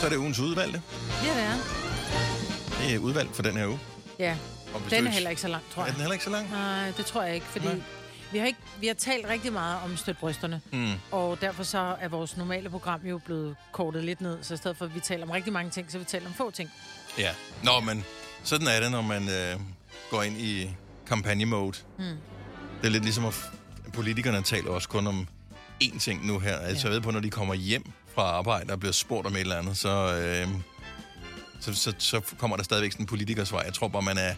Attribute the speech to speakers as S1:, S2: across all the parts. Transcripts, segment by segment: S1: så er det ugens udvalgte.
S2: Ja, det er.
S1: Det er udvalg for den her uge.
S2: Ja.
S1: Og
S2: Den
S1: hvis du
S2: er
S1: ikke-
S2: heller ikke så lang, tror
S1: Er
S2: jeg.
S1: den heller ikke så lang?
S2: Nej, det tror jeg ikke, fordi
S1: Nej.
S2: vi har, ikke, vi har talt rigtig meget om støtbrysterne,
S1: Mm.
S2: og derfor så er vores normale program jo blevet kortet lidt ned, så i stedet for, at vi taler om rigtig mange ting, så vi taler om få ting.
S1: Ja. Nå, men sådan er det, når man øh, går ind i kampagnemode.
S2: Mm.
S1: Det er lidt ligesom, at f- politikerne taler også kun om én ting nu her. Altså, jeg ved på, når de kommer hjem fra arbejde og bliver spurgt om et eller andet, så, øh, så, så, så kommer der stadigvæk sådan en politikersvar. Jeg tror bare, man er,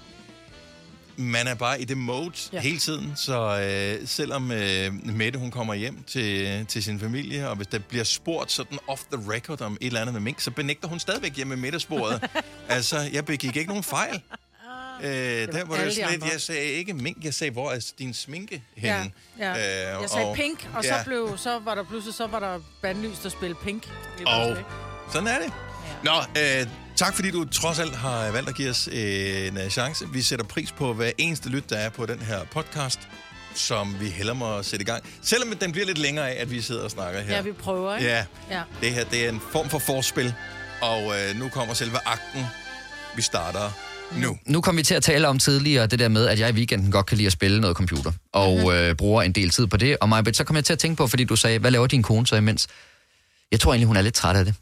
S1: man er bare i det mode ja. hele tiden. Så øh, selvom øh, Mette, hun kommer hjem til, til sin familie, og hvis der bliver spurgt sådan off the record om et eller andet med mink, så benægter hun stadigvæk hjemme med middagsbordet. altså, jeg begik ikke nogen fejl.
S2: Ah.
S1: Øh,
S2: alle
S1: der var det
S2: de
S1: sådan lidt,
S2: andre.
S1: jeg sagde ikke mink, jeg sagde, hvor er din sminke henne?
S2: Ja, ja.
S1: Øh,
S2: jeg sagde
S1: og-
S2: pink, og
S1: ja.
S2: så, blev, så var der pludselig så var der bandlyst at spille pink. lige
S1: Og
S2: pludselig.
S1: sådan er det. Nå, øh, tak fordi du trods alt har valgt at give os en øh, chance. Vi sætter pris på hver eneste lyt, der er på den her podcast, som vi heller må sætte i gang. Selvom den bliver lidt længere af, at vi sidder og snakker her.
S2: Ja, vi prøver, ikke?
S1: Ja.
S2: ja.
S1: Det her, det er en form for forspil, og øh, nu kommer selve akten. Vi starter nu.
S3: Nu kom vi til at tale om tidligere det der med, at jeg i weekenden godt kan lide at spille noget computer, og øh, bruger en del tid på det. Og Majbet, så kom jeg til at tænke på, fordi du sagde, hvad laver din kone så imens? Jeg tror egentlig, hun er lidt træt af det.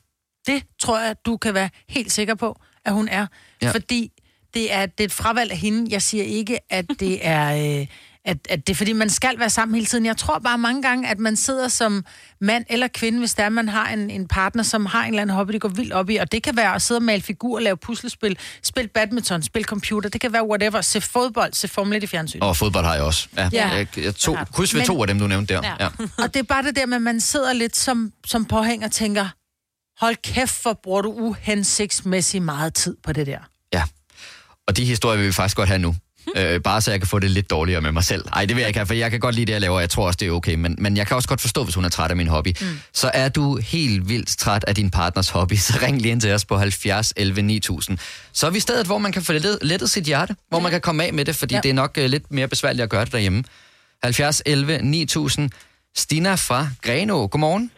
S2: Det tror jeg, du kan være helt sikker på, at hun er.
S3: Ja.
S2: Ja. Fordi det er, det er et fravalg af hende. Jeg siger ikke, at det er... Øh, at, at det er fordi, man skal være sammen hele tiden. Jeg tror bare mange gange, at man sidder som mand eller kvinde, hvis der er, man har en, en partner, som har en eller anden hobby, det går vildt op i. Og det kan være at sidde og male figurer, lave puslespil, spille badminton, spille computer. Det kan være whatever. Se fodbold, se Formel 1 i fjernsynet.
S3: Og fodbold har jeg også. Ja.
S2: Ja.
S3: Jeg, jeg to,
S2: Det har du.
S3: kryds ved
S2: Men-
S3: to af dem, du nævnte der. Ja.
S4: Ja.
S3: Ja.
S2: Og det er bare det der med, at man sidder lidt som, som påhænger og tænker, hold kæft, hvor bruger du uhensigtsmæssigt meget tid på det der.
S3: ja. Og de historier vil vi faktisk godt have nu. Øh, bare så jeg kan få det lidt dårligere med mig selv. Nej, det vil jeg ikke have, for jeg kan godt lide det, jeg laver, og jeg tror også, det er okay. Men, men jeg kan også godt forstå, hvis hun er træt af min hobby. Mm. Så er du helt vildt træt af din partners hobby, så ring lige ind til os på 70 11 9000. Så er vi stedet, hvor man kan få lettet, lettet sit hjerte, hvor man kan komme af med det, fordi ja.
S2: Ja.
S3: det er nok øh, lidt mere besværligt at gøre det derhjemme. 70 11 9000. Stina fra Grenå, godmorgen.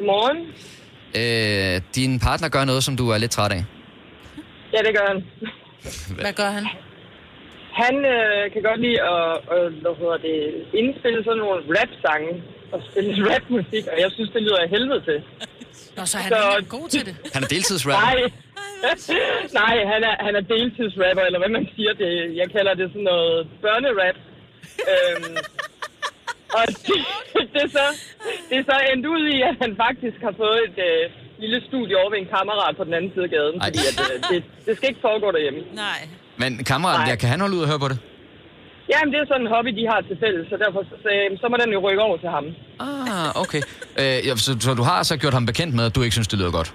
S5: Morgen.
S3: Øh, din partner gør noget, som du er lidt træt af.
S5: Ja, det gør han.
S2: Hvad gør han?
S5: Han øh, kan godt lide at øh, hvad hedder det, indspille sådan nogle rap-sange og spille rapmusik, og jeg synes, det lyder af helvede til.
S2: Nå, så er han
S5: Så-
S2: ikke engang god til det.
S3: Han er deltidsrapper.
S5: Nej, Nej han, er, han er deltidsrapper, eller hvad man siger. Det, jeg kalder det sådan noget børnerap. øhm, og det, det, er så, det er så endt ud i, at han faktisk har fået et øh, lille studie over ved en kammerat på den anden side af gaden.
S3: Ej.
S5: Fordi at, øh, det, det skal ikke foregå derhjemme.
S4: Nej.
S3: Men kammeraten
S5: Nej.
S3: der, kan han holde ud og høre på det?
S5: Jamen, det er sådan en hobby, de har til fælles, så derfor så sagde jeg, "Jamen, så må den jo rykke over til ham.
S3: Ah, okay. Øh, ja, så, så du har så gjort ham bekendt med, at du ikke synes, det lyder godt?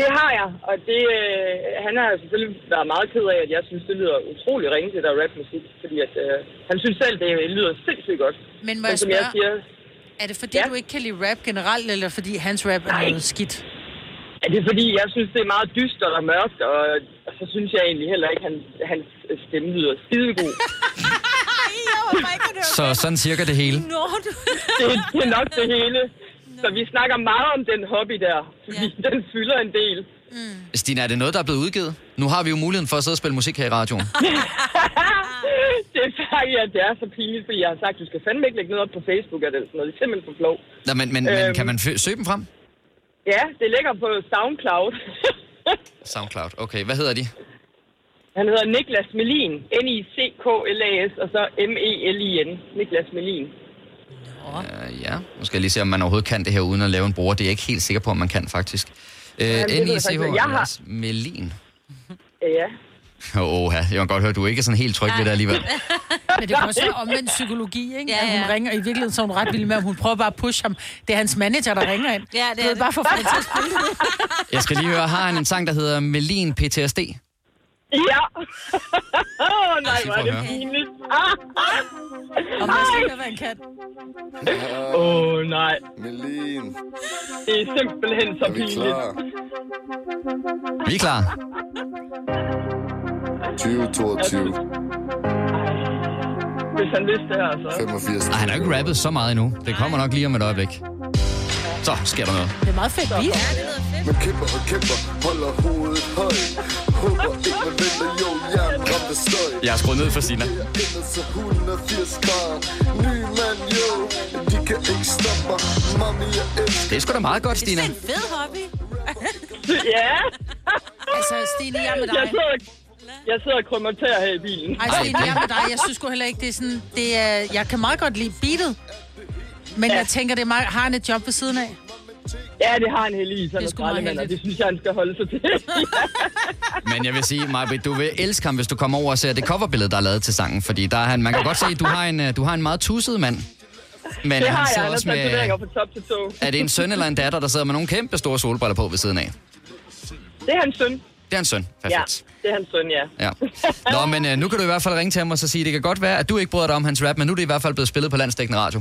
S5: Det har jeg, og det, øh, han har selvfølgelig været meget ked af, at jeg synes, det lyder utrolig ringe, det der rapmusik, fordi at, øh, han synes selv, det lyder sindssygt godt.
S2: Men må
S5: Men
S2: jeg
S5: som jeg
S2: spørge,
S5: siger,
S2: er det fordi,
S5: Ja.
S2: du ikke kan lide rap generelt, eller fordi hans rap er
S5: Nej.
S2: noget skidt?
S5: at det er fordi, jeg synes, det er meget dystert og mørkt, og, og så synes jeg egentlig heller ikke, at han, hans stemme lyder skidegod.
S4: Ej, jeg var bare ikke at høre
S3: Så sådan cirka det hele.
S4: Nå, du...
S5: det, det er nok det hele. Så vi snakker meget om den hobby der, fordi ja. den fylder en del.
S3: Stina, er det noget, der er blevet udgivet? Nu har vi jo muligheden for at sidde og spille musik her i radioen.
S5: Det er faktisk, at det er så pinligt, fordi jeg har sagt, du skal fandme ikke lægge noget op på Facebook eller sådan noget. Det er simpelthen for flov.
S3: Nå, men, men, men
S5: Øhm.
S3: kan man fø- søge dem frem?
S5: Ja, det ligger på SoundCloud.
S3: Soundcloud, okay. Hvad hedder de?
S5: Han hedder Niklas Melin. N-I-C-K-L-A-S, og så E M-E-L-I-N. Niklas Melin.
S3: Uh, ja, nu skal jeg lige se, om man overhovedet kan det her uden at lave en bruger. Det er jeg ikke helt sikker på, om man kan faktisk. Uh,
S5: det ved jeg
S3: n i
S5: faktisk
S3: c
S5: ikke. Jeg har-
S3: h Melin.
S5: Ja.
S3: Åh, oh, jeg kan godt høre, du er ikke sådan helt tryg ved det alligevel.
S2: Men det kan også være omvendt psykologi, ikke?
S4: Ja,
S2: Ja, ja. At hun
S4: ja.
S2: ringer, og i virkeligheden så er hun ret vild med, at hun prøver bare at pushe ham. Det er hans manager, der ringer ind.
S4: Ja, det
S2: du
S4: er
S2: ved,
S4: det.
S2: bare for fantastisk.
S3: Jeg skal lige høre, har han en sang, der hedder Melin PTSD?
S5: Ja. Åh, oh, nej,
S3: Sig
S5: hvor er
S3: for
S5: det
S3: at høre.
S5: pinligt. Ah, ah.
S2: Og måske være en kat.
S5: Åh, oh, nej.
S6: Melin,
S5: Det er simpelthen så
S6: er vi
S5: pinligt.
S6: klar?
S3: Vi er klar.
S6: 2022,
S5: Hvis han vidste det her, så...
S6: 85.
S3: Ej, han har jo ikke rappet så meget endnu. Det kommer nok lige om et øjeblik. Så sker der noget.
S2: Det er meget fedt. Vi
S4: det lyder fedt.
S6: Man kæmper og kæmper, holder hovedet højt. Håber ikke, man venter, jo, jeg er ramt af støj.
S3: Jeg har skruet ned for Sina.
S6: Ender så 180 grader. Ny mand, jo, de kan ikke stoppe mig. Mami, jeg elsker
S3: Det er sgu da meget godt,
S4: Det
S3: Stina.
S4: er en fed hobby.
S5: Ja,
S2: Altså, Stine, jeg er med
S5: jeg
S2: dig.
S5: sidder, jeg sidder og krummer tæer her i bilen.
S2: Ej, Stine, jeg er med dig. Jeg synes sgu heller ikke, det er sådan... Det er, jeg kan meget godt lide beatet. Men jeg tænker, det er meget, har han et job ved siden af?
S5: Ja, det har en heldigvis. Han
S2: Det er
S5: er
S2: sgu meget
S5: skraldemand, og det
S2: heldigt.
S5: synes jeg, han skal holde sig til.
S3: Men jeg vil sige, Majbrit, du vil elske ham, hvis du kommer over og ser det coverbillede, der er lavet til sangen. Fordi der er han, man kan godt se, at du har en, øh, du har en meget tusset mand. Men
S5: det
S3: han
S5: har jeg.
S3: sidder
S5: Han har
S3: også med... øh,
S5: tatoveringer fra top til tog.
S3: Er det en søn eller en datter, der sidder med nogle kæmpe store solbriller på ved siden af?
S5: Det er hans søn.
S3: Det er en søn.
S5: Ja,
S3: Perfekt.
S5: det er hans søn, ja.
S3: Ja. Nå, men øh, nu kan du i hvert fald ringe til ham og så sige, det kan godt være, at du ikke bryder dig om hans rap, men nu er det i hvert fald blevet spillet på landstækkende radio.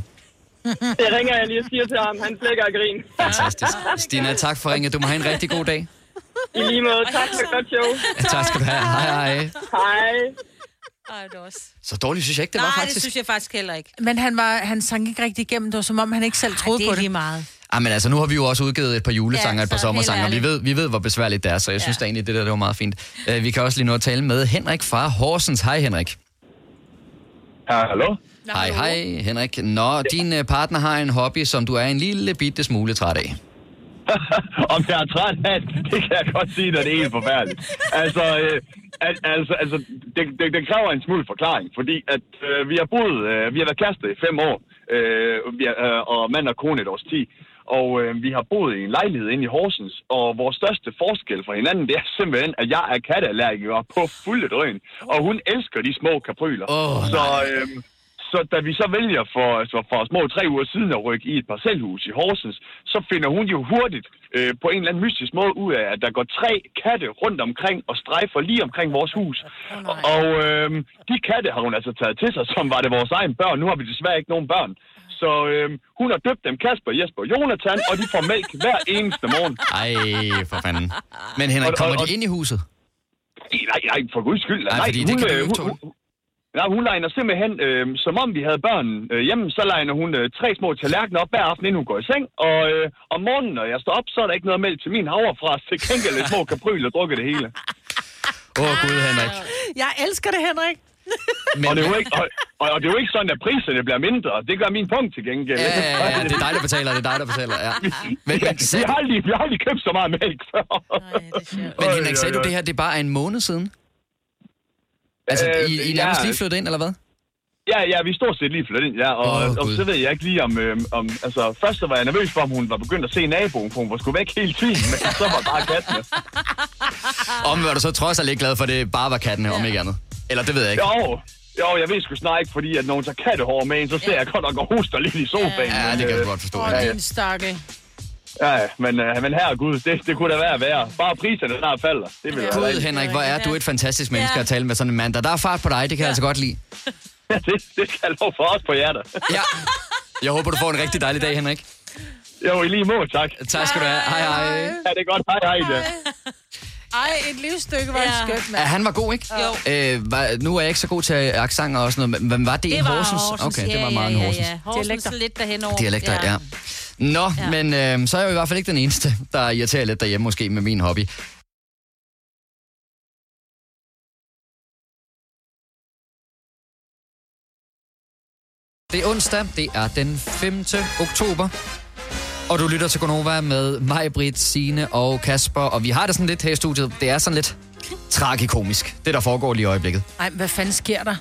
S5: Det ringer jeg lige og siger til ham. Han flækker og grin.
S3: Fantastisk. Stina, tak for ringet. Du må have en rigtig god dag.
S5: I lige måde. Tak for et godt show.
S3: Ja, tak skal du have. Hej, hej.
S5: Hej.
S4: Ej, det er også...
S3: Så dårligt synes jeg ikke, det var
S4: Nej, det
S3: faktisk.
S4: synes jeg faktisk heller ikke.
S2: Men han, var, han sang ikke rigtig igennem. Det var som om, han ikke selv troede
S4: det
S2: på
S4: er
S2: det.
S4: lige meget.
S3: Ah, men altså, nu har vi jo også udgivet et par julesanger,
S4: Ja,
S3: et par
S4: så helt
S3: sommersanger. Vi
S4: ærligt.
S3: ved, vi ved, hvor besværligt det er, så jeg ja. synes
S4: Ja.
S3: da egentlig, det der det var meget fint. Uh, vi kan også lige nå at tale med Henrik fra Horsens. Hej, Henrik.
S7: Hallo?
S3: Hej, hej, Henrik. Nå, din øh, partner har en hobby, som du er en lille bitte smule træt af.
S7: Om jeg er træt af det, det kan jeg godt sige, når det er helt forfærdeligt. Altså, øh, al, altså, altså det, det, det kræver en smule forklaring, fordi at øh, vi har boet, øh, vi har været kærester i fem år, øh, vi er, øh, og mand og kone et års tid. Og øh, vi har boet i en lejlighed inde i Horsens, og vores største forskel fra hinanden, det er simpelthen, at jeg er katteallergiker på fulde drøn, og hun elsker de små kapryler.
S3: Åh,
S7: så, øh, så da vi så vælger for, altså for små tre uger siden at rykke i et parcelhus i Horsens, så finder hun jo hurtigt øh, på en eller anden mystisk måde ud af, at der går tre katte rundt omkring og strejfer lige omkring vores hus. Oh, og øh, de katte har hun altså taget til sig, som var det vores egen børn. Nu har vi desværre ikke nogen børn. Så øh, hun har døbt dem Kasper, Jesper og Jonathan, og de får mælk hver eneste morgen.
S3: Ej, for fanden. Men Henrik,
S7: Og-
S3: kommer
S7: og-
S3: de ind i huset?
S7: Nej, nej, nej, øh, for guds skyld.
S3: Nej, fordi det kan du jo ikke tåle.
S7: Nej, hun legner simpelthen, øh, som om vi havde børn øh, hjemme, så legner hun øh, tre små tallerkener op hver aften, inden hun går i seng. Og øh, om morgenen, når jeg står op, så er der ikke noget mælk til min havrefra, til gengæld lidt små kapryl og drukker det hele.
S3: Åh, oh, gud, Henrik.
S2: Jeg elsker det, Henrik.
S3: Men,
S7: Og det, er jo ikke, og, og, og det er jo ikke sådan, at priserne bliver mindre. Det gør min punkt til gengæld.
S3: Ja, ja, ja, det er dig, der betaler, det er dig, der betaler, ja. Men, men,
S7: Vi
S3: sag,
S7: har aldrig, vi har aldrig købt så meget mælk før.
S3: men
S7: øh,
S3: Henrik, sagde du det her, det er bare en måned siden? Altså,
S7: Øh,
S3: I, I er nærmest lige flyttet ind, eller hvad?
S7: Ja, ja, vi er stort set lige flyttet ind, ja. Og,
S3: Åh,
S7: oh, og
S3: Gud.
S7: så ved jeg ikke lige om, øh, om... Altså, først så var jeg nervøs for, om hun var begyndt at se naboen, for hun var sgu væk hele tiden, men så var bare kattene.
S4: Ah.
S3: Om var du så trods alt ikke glad for, at det bare var kattene, om ikke andet? Eller det ved jeg ikke.
S7: Jo, jo, jeg ved sgu snart ikke, fordi at når hun tager kattehår med ind, så ser jeg godt nok og hoster lidt i sofaen.
S3: Ja,
S7: men,
S3: det kan
S7: øh,
S3: jeg godt forstå.
S2: Åh,
S3: Henrik.
S2: din stakkel.
S7: Ja, ja, men, øh, men herregud, det, det kunne da være værre. Bare priserne snart falder. Det vil jeg
S3: Gud,
S7: ja.
S3: Henrik, hvor er du et fantastisk menneske
S4: Ja.
S3: at tale med sådan en mand. Der, der er fart på dig, det kan jeg altså godt lide.
S7: det, det skal jeg lov for os på hjertet.
S3: Ja. Jeg håber, du får en rigtig dejlig dag, Henrik.
S7: Jo, i lige måde, tak.
S3: Tak skal du have. Hej, hej.
S7: Ja, det er godt. Hej, hej. hej.
S2: Ej, et livsstykke var ja.
S4: Ja.
S2: skønt,
S3: Ja,
S2: mand.
S3: han var god, ikke?
S4: Jo.
S3: Øh, var, nu er jeg ikke så god til accent og sådan noget, men- men var det, i
S4: Det var
S3: Horsens? Okay, det var meget
S4: ja,
S3: en
S4: ja,
S3: Horsens.
S4: ja. Horsens
S2: Dialekter.
S4: Dialekter. lidt derhenover.
S3: Dialekter, ja. Nå, ja. men øh, så er jeg jo i hvert fald ikke den eneste, der irriterer lidt derhjemme måske med min hobby. Det er onsdag, det er den 5. oktober. Og du lytter til Gonova med mig, Britt, Signe og Kasper. Og vi har det sådan lidt her i studiet. Det er sådan lidt tragikomisk, det der foregår lige i øjeblikket.
S2: Ej, hvad fanden sker der?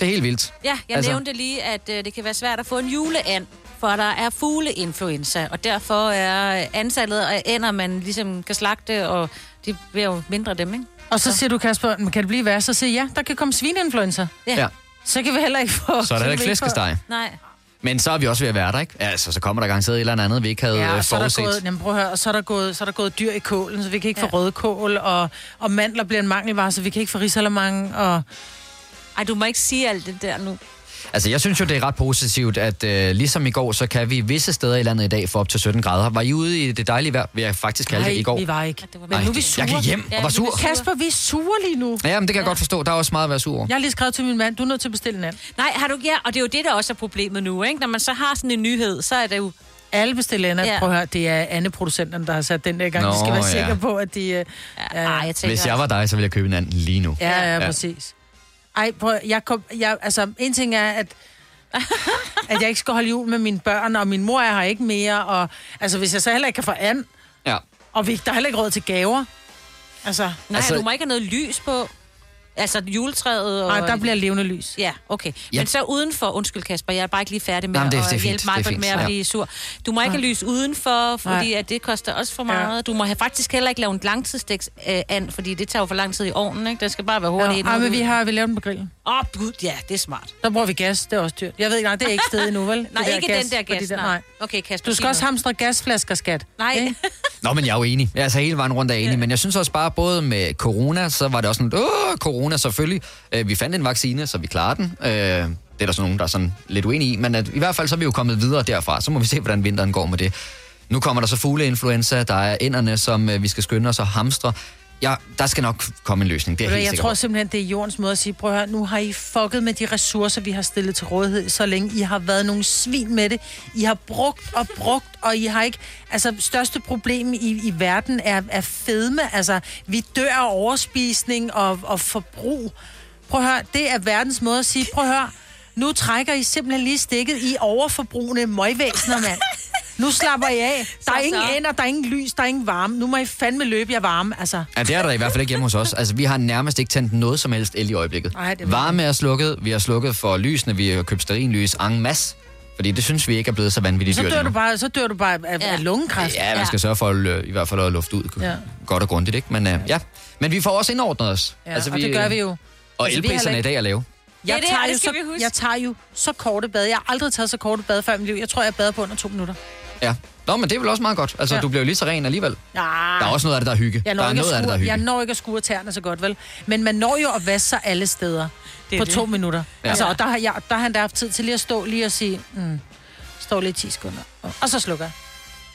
S3: Det er helt vildt.
S4: Ja, jeg
S3: Altså-
S4: altså. nævnte lige, at øh, det kan være svært at få en juleand, for der er fugleinfluenza, og derfor er øh, antallet af ænder, man ligesom kan slagte, og det bliver jo mindre af dem, ikke?
S2: Og så siger du, Kasper, "Men kan det blive værre? Så siger jeg, ja, der kan komme svineinfluenza.
S3: Ja.
S2: Så kan vi heller ikke få...
S3: Så er der heller ikke flæskesteg.
S4: Nej.
S3: Men så er vi også ved at være der, ikke? Altså, så kommer der garanteret et eller andet andet, vi ikke havde
S2: Ja,
S3: ja,
S2: og så er, der
S3: forudset.
S2: gået, jamen, prøv at høre, og så, er der gået, så er der gået dyr i kålen, så vi kan ikke ja. få rødkål, og, og mandler bliver en mangelvare, så vi kan ikke få risalamande, og...
S4: Ej, du må ikke sige alt det der nu.
S3: Altså, jeg synes jo, det er ret positivt, at øh, ligesom i går, så kan vi visse steder i landet i dag få op til 17 grader. Var I ude i det dejlige vejr, vil jeg faktisk kalde det, i går?
S2: vi var ikke.
S4: det var-
S2: Men
S4: Ej,
S2: nu er vi
S3: det-
S2: sure.
S3: Jeg gik hjem
S4: Ja,
S3: og var
S4: vi
S3: sur.
S4: var sure.
S2: Kasper, vi er sure lige nu.
S3: Ja, men det kan jeg godt forstå. Der er også meget at være sur over.
S2: Jeg har lige skrevet til min mand, du er nødt til at bestille en anden.
S4: Nej, har du ikke? Ja, og det er jo det, der også er problemet nu, ikke? Når man så har sådan en nyhed, så er det jo
S2: Alle bestiller Anna.
S4: Ja.
S2: Ja. Prøv at høre, det er Anne-producenten, der har sat den der i gang.
S3: Nå,
S2: Nå, de skal være
S3: ja.
S2: sikre på, at de... øh,
S4: Ja, ej, jeg tænker,
S3: Hvis jeg var dig, så ville jeg købe en anden lige nu.
S2: Ja, ja,
S3: Ja.
S2: ja, præcis. Ej, prøv, at- jeg kom, jeg, altså, en ting er, at, at jeg ikke skal holde jul med mine børn, og min mor er her ikke mere, og altså, hvis jeg så heller ikke kan få an,
S3: Ja.
S2: og vi, der er heller ikke råd til gaver, altså,
S4: Nej,
S3: Altså-
S4: altså, du må ikke have noget lys på. Altså juletræet og...
S2: nej, der bliver levende lys.
S4: Ja, okay.
S3: Ja.
S4: Ja. Men så udenfor, undskyld Kasper, jeg er bare ikke lige færdig med
S3: Jamen, det er-
S4: at
S3: det er fint,
S4: hjælpe
S3: det er
S4: mig
S3: fint,
S4: med at
S3: ja.
S4: blive sur. Du må ikke have lys udenfor, fordi at det koster også for meget. Du må have faktisk heller ikke lave en langtidsstegt øh, and, fordi det tager jo for lang tid i ovnen, ikke? Det skal bare være hurtigt.
S2: Ja, ej, men vi har vi lavet den på grillen.
S4: Åh, oh, gud, ja, det er smart.
S2: Der bruger vi gas, det er også dyrt. Jeg ved ikke, nej, det er ikke stedet endnu, vel?
S4: Nej,
S2: Det
S4: ikke den der
S2: fordi
S4: gas,
S2: det-
S4: nej. Okay, Kasper,
S2: Du
S4: sig
S2: skal også
S4: noget.
S2: hamstre gasflasker, skat.
S4: Nej.
S2: Ikke?
S3: Nå, men jeg er jo enig. Altså hele vejen rundt er jeg enig. Men jeg synes også bare, både med corona, så var det også sådan, åh, corona selvfølgelig. Øh, vi fandt en vaccine, så vi klarer den. Øh, det er der sådan nogen, der er sådan lidt uenige i. Men at, i hvert fald så er vi jo kommet videre derfra. Så må vi se, hvordan vinteren går med det. Nu kommer der så fugleinfluenza. Der er ænderne, som øh, vi skal skynde os og hamstre. Ja, der skal nok komme en løsning. Det er
S2: Ved du
S3: helt
S2: hvad, Jeg
S3: sikkert.
S2: tror simpelthen, det er jordens måde at sige, prøv at høre, nu har I fucket med de ressourcer, vi har stillet til rådighed, så længe I har været nogle svin med det. I har brugt og brugt, og I har ikke... Altså, største problem i, i verden er, er fedme. Altså, vi dør af overspisning og, og forbrug. Prøv at høre, det er verdens måde at sige, prøv at høre, nu trækker I simpelthen lige stikket i overforbrugende møgvæsener, mand. Nu slapper I af. Der er
S4: Så,
S2: ingen
S4: så.
S2: ender, der er ingen lys, der er ingen varme. Nu må I fandme løbe jer varme, altså.
S3: Ja, det er der i hvert fald ikke hjemme hos os. Altså, vi har nærmest ikke tændt noget som helst el i øjeblikket.
S2: Ej, det er
S3: Varme er slukket, vi har slukket for lysene, vi har købt sterinlys en masse, fordi det synes vi ikke er blevet så vanvittigt
S2: Så
S3: dyrt
S2: dør,
S3: endnu.
S2: du bare, så dør du bare af,
S4: Ja.
S2: af lungekræft.
S3: Ja, man skal Altså, sørge for at, øh, i hvert fald at lufte ud ja.
S2: Ja.
S3: godt og grundigt, ikke? Men, øh, ja. Men vi får også indordnet os.
S2: Ja, altså, vi, og det gør vi jo.
S3: Og
S2: Altså, vi har
S3: elpriserne
S2: heller
S3: i dag er lave.
S2: Jeg,
S4: det er-
S2: tager
S4: det
S2: jo
S4: skal
S2: så,
S4: vi huske.
S2: jeg tager jo så korte bade. Jeg har aldrig taget så korte bade før i mit liv. Jeg tror, jeg bader på under to minutter.
S3: Ja. Nå, men det er vel også meget godt. Altså, ja.
S2: Ja.
S3: du bliver jo lige så ren alligevel.
S2: Ja,
S3: Der er også noget af det, der er hygge.
S2: jeg
S3: der
S2: når,
S3: er
S2: ikke
S3: noget af
S2: at
S3: det, der
S2: skure,
S3: er hygge.
S2: jeg når ikke at skure tæerne så godt, vel? Men man når jo at vaske sig alle steder på det. to minutter. Ja. Altså, og der har, jeg, der har han der haft tid til lige at stå lige og sige, mm, stå lige 10 sekunder, og, og så slukker jeg.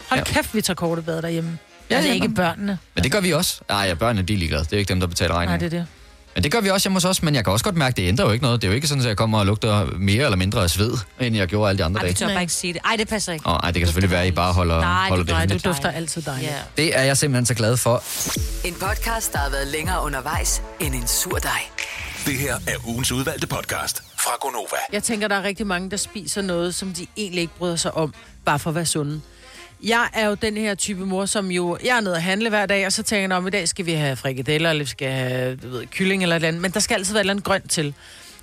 S2: Hold
S3: Ja.
S2: ja. kæft, vi tager korte bade derhjemme.
S3: Ja,
S2: Ja, altså
S3: ja,
S2: ikke
S3: nå.
S2: børnene.
S3: Men det gør vi også. Nej, ja, børnene de er ligeglade. Det er ikke dem, der betaler
S2: Nej,
S3: regningen.
S2: det er det.
S3: Men det gør vi også hjemme hos os, men jeg kan også godt mærke, at det ændrer jo ikke noget. Det er jo ikke sådan, at jeg kommer og lugter mere eller mindre af sved, end jeg gjorde alle de andre
S4: Ej, vi
S3: dage.
S4: tør bare ikke sige det. Ej, det passer ikke.
S3: Åh, ej, det kan selvfølgelig være, at I bare holder-
S4: Nej,
S3: holder det
S4: gør
S2: Nej, du
S3: hemmeligt.
S4: dejligt.
S2: dufter altid dejligt.
S4: Ja.
S3: Det er jeg simpelthen så glad for.
S8: En podcast, der har været længere undervejs end en sur dej.
S9: Det her er ugens udvalgte podcast fra Gonova.
S2: Jeg tænker, der er rigtig mange, der spiser noget, som de egentlig ikke bryder sig om, bare for at være sunde. Jeg er jo den her type mor, som jo... Jeg er nede og handle hver dag, og så tænker jeg, om i dag skal vi have frikadeller, eller vi skal have du ved, kylling eller et eller andet. Men der skal altid være et eller andet grønt til.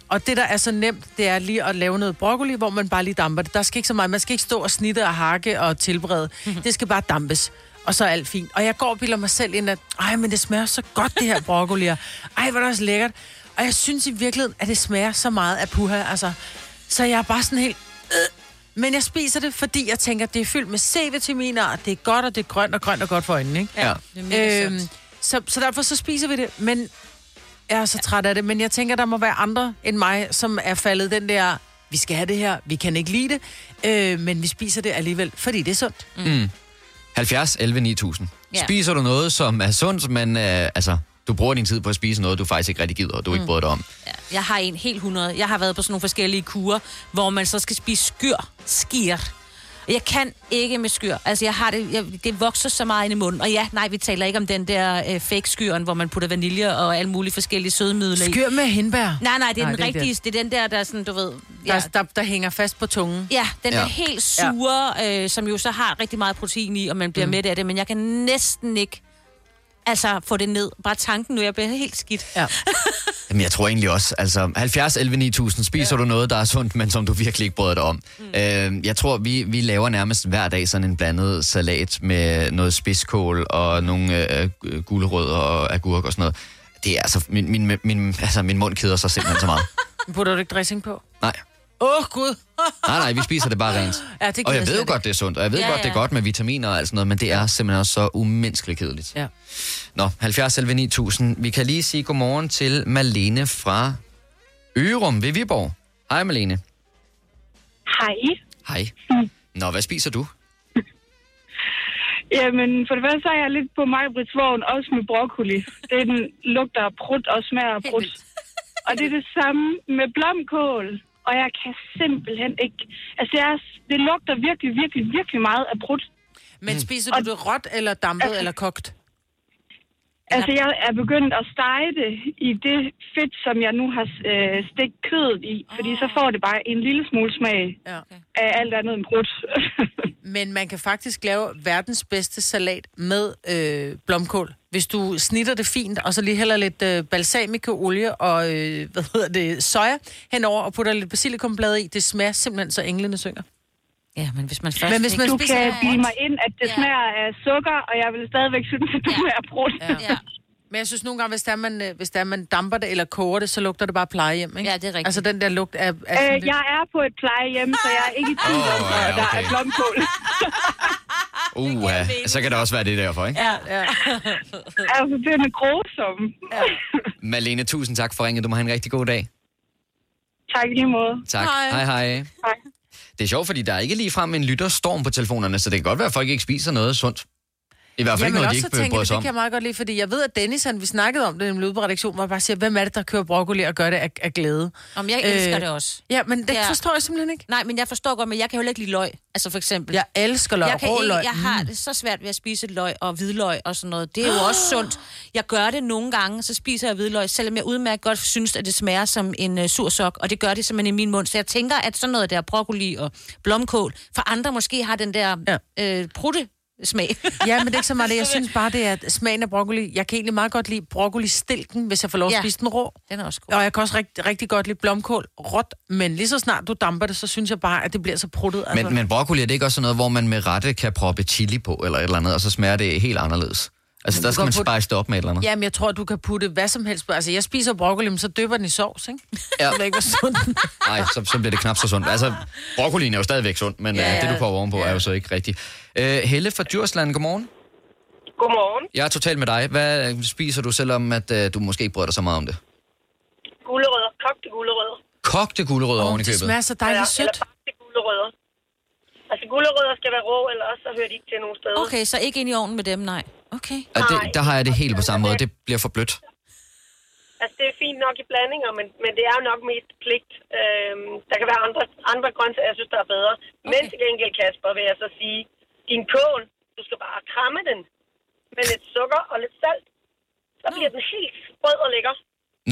S2: Og det, der er så nemt, det er lige at lave noget broccoli, hvor man bare lige damper det. Der skal ikke så meget. Man skal ikke stå og snitte og hakke og tilberede. Det skal bare dampes. Og så er alt fint. Og jeg går og bilder mig selv ind, at ej, men det smager så godt, det her broccoli. og Ej, hvor er det også lækkert. Og jeg synes i virkeligheden, at det smager så meget af puha. Altså, så jeg er bare sådan helt... "Øh, Men jeg spiser det, fordi jeg tænker, det er fyldt med C-vitaminer, og det er godt, og det er grønt og grønt og godt for øjnene, ikke?
S3: Ja.
S4: Det er mega
S2: øhm,
S4: sundt.
S2: så, så derfor så spiser vi det, men jeg er så træt af det. Men jeg tænker, der må være andre end mig, som er faldet den der, vi skal have det her, vi kan ikke lide det, øh, men vi spiser det alligevel, fordi det er sundt.
S4: Mm.
S3: Mm. 70, 11, 9000. Ja.
S4: Ja.
S3: Spiser du noget, som er sundt, men øh, altså, du bruger din tid på at spise noget, du faktisk ikke rigtig gider, og du ikke bryder dig om.
S4: Jeg har en helt 100. Jeg har været på sådan nogle forskellige kurer, hvor man så skal spise skyr. Skir. Jeg kan ikke med skyr. Altså, jeg har det, jeg, det vokser så meget ind i munden. Og ja, nej, vi taler ikke om den der øh, fake skyren, hvor man putter vanilje og alle mulige forskellige sødemidler i.
S2: Skyr med hindbær,
S4: Nej, nej, det
S2: Nej,
S4: er nej, den
S2: det er
S4: rigtige. Det. det er den der, der er sådan, du ved...
S2: ja. der, der, der hænger fast på tungen.
S4: Ja, den ja.
S3: Ja.
S4: er helt sure, øh, som jo så har rigtig meget protein i, og man bliver mm. mæt af det, men jeg kan næsten ikke altså, få det ned. Bare tanken nu, jeg bliver helt skidt.
S2: Ja.
S3: Jamen, jeg tror egentlig også, altså 70, 11, 9000, spiser ja. du noget, der er sundt, men som du virkelig ikke bryder dig om. Mm. Øh, jeg tror, vi, vi laver nærmest hver dag sådan en blandet salat med noget spidskål og nogle øh, øh, gulerødder og agurk og sådan noget. Det er altså, min, min, min, altså, min mund keder sig simpelthen så meget.
S2: Putter du ikke dressing på?
S3: Nej.
S2: Åh, oh, Gud!
S3: Nej, nej, vi spiser det bare rent.
S2: Ja, det
S3: og
S2: gider
S3: jeg
S2: jeg
S3: ved jo
S2: slet
S3: godt, det er sundt, og jeg ved ja,
S4: Ja,
S3: godt, det er
S4: ja.
S3: godt med vitaminer og alt sådan noget, men det er simpelthen også så umenneskeligt kedeligt.
S2: Ja.
S3: Nå, 70 11 9000. Vi kan lige sige godmorgen til Malene fra Ørum ved Viborg. Hej, Malene.
S10: Hej.
S3: Hej. Nå, hvad spiser du?
S10: Jamen, for det første så er jeg lidt på Majbrits vogn, også med broccoli. Det er den lugter af prut og smager af prut. Og det er det samme med blomkål. og jeg kan simpelthen ikke... Altså, jeg, er- det lugter virkelig, virkelig, virkelig meget af brudt.
S2: Men spiser du det råt, eller dampet, eller kogt?
S10: Altså, jeg er begyndt at stege det i det fedt, som jeg nu har øh, stegt kødet i, fordi så får det bare en lille smule smag
S2: Ah. Ja. Okay.
S10: af alt andet end brudt.
S2: Men man kan faktisk lave verdens bedste salat med øh, blomkål. Hvis du snitter det fint, og så lige hælder lidt øh, balsamikoolie og øh, hvad hedder det, soja henover, og putter lidt basilikumblade i, det smager simpelthen, så englene synger.
S4: Ja, men hvis man først...
S2: Men hvis man
S10: du
S2: spiser
S10: kan
S2: det
S10: bilde
S2: råt-
S10: mig ind, at det smager af sukker, og jeg vil stadigvæk synes, at du er brudt.
S2: Ja. ja. Men jeg synes nogle gange, hvis der man, øh, hvis der man damper det eller koger det, så lugter det bare plejehjem, ikke?
S4: Ja, det er rigtigt.
S2: Altså den der lugt af... af
S10: Øh,
S2: sådan lidt-
S10: jeg er på et plejehjem, så jeg er ikke i tvivl om,
S3: Åh,
S10: at
S3: ja,
S10: der er
S3: okay.
S10: blomkål.
S3: Uh, så kan det også være det derfor, ikke?
S4: Ja, ja.
S10: altså, det er en grusom.
S3: Malene, tusind tak for ringet. Du må have en rigtig god dag.
S10: tak i lige måde.
S3: Tak. Hej, hej.
S10: Hej.
S3: Det er sjovt, fordi der er ikke ligefrem en lytterstorm på telefonerne, så det kan godt være, at folk ikke spiser noget sundt. I hvert fald ikke
S2: Jamen,
S3: noget,
S2: også
S3: de
S2: så
S3: ikke
S2: tænker
S3: bryder
S2: jeg,
S3: sig
S2: det
S3: om.
S2: kan jeg meget godt lide, fordi jeg ved, at Dennis, han, vi snakkede om det i en lydredaktion, hvor jeg bare siger, hvem er det, der kører broccoli og gør det af, af glæde?
S4: Om jeg elsker
S2: Øh,
S4: det også.
S2: Ja, men det
S4: Ja.
S2: ja. forstår jeg simpelthen ikke.
S4: Nej, men jeg forstår godt, men jeg kan heller ikke lide løg. Altså for eksempel.
S2: Jeg elsker løg,
S4: jeg, kan
S2: rå
S4: ikke,
S2: løg. Mm.
S4: jeg har det så svært ved at spise løg og hvidløg og sådan noget. Det er jo også
S2: Ah!
S4: sundt. Jeg gør det nogle gange, så spiser jeg hvidløg, selvom jeg udmærket godt synes, at det smager som en uh, sur sok, og det gør det simpelthen i min mund. Så jeg tænker, at sådan noget der broccoli og blomkål, for andre måske har den der ja. øh, prutte smag.
S2: Ja, men det er ikke så meget det. Jeg synes bare, det er at smagen af broccoli. Jeg kan egentlig meget godt lide broccoli-stilken, hvis jeg får lov at
S4: Ja.
S2: ja. spise den rå.
S4: den er også god.
S2: Og jeg kan også rigtig, rigtig godt lide blomkål råt, men lige så snart du damper det, så synes jeg bare, at det bliver så pruttet. Altså.
S3: Men, men broccoli, er det ikke også sådan noget, hvor man med rette kan proppe chili på, eller et eller andet, og så smager det helt anderledes? Altså, der skal
S2: kan
S3: man
S2: putte-
S3: spice det op med et eller andet.
S2: Jamen, jeg tror, du kan putte hvad som helst på. Altså, jeg spiser broccoli, men så døber den i sovs, ikke?
S3: Ja.
S2: Jeg ved ikke, hvor sundt den er.
S3: Nej, så, så bliver det knap så sundt. Altså, broccolien er jo stadigvæk sund, men ja,
S2: Ja,
S3: øh, det, du
S2: ja.
S3: prøver ovenpå, ja. er jo så ikke rigtigt. Øh, Helle fra Djursland, godmorgen.
S10: Godmorgen.
S3: Jeg er totalt med dig. Hvad spiser du, selvom at, øh, du måske ikke bryder dig så meget om det?
S10: Gulerødder. Kogte gulerødder.
S3: Kogte gulerødder oh, oven i
S2: Det
S3: købet.
S2: smager så dejligt sødt.
S10: bagte gulerødder. Altså, gulerødder skal være rå, eller også så hører de ikke til nogen steder.
S4: Okay, så ikke ind i ovnen med dem, nej. Okay.
S3: Og det, der har jeg det helt på samme måde. Det bliver for blødt.
S10: Altså, det er fint nok i blandinger, men, men det er jo nok mest pligt. Øhm, der kan være andre, andre grøntsager, jeg synes, der er bedre. Okay. Men
S4: Okay.
S10: til gengæld, Kasper, vil jeg så sige, din kål, du skal bare kramme den med lidt sukker og lidt salt. Så bliver den helt rød og lækker.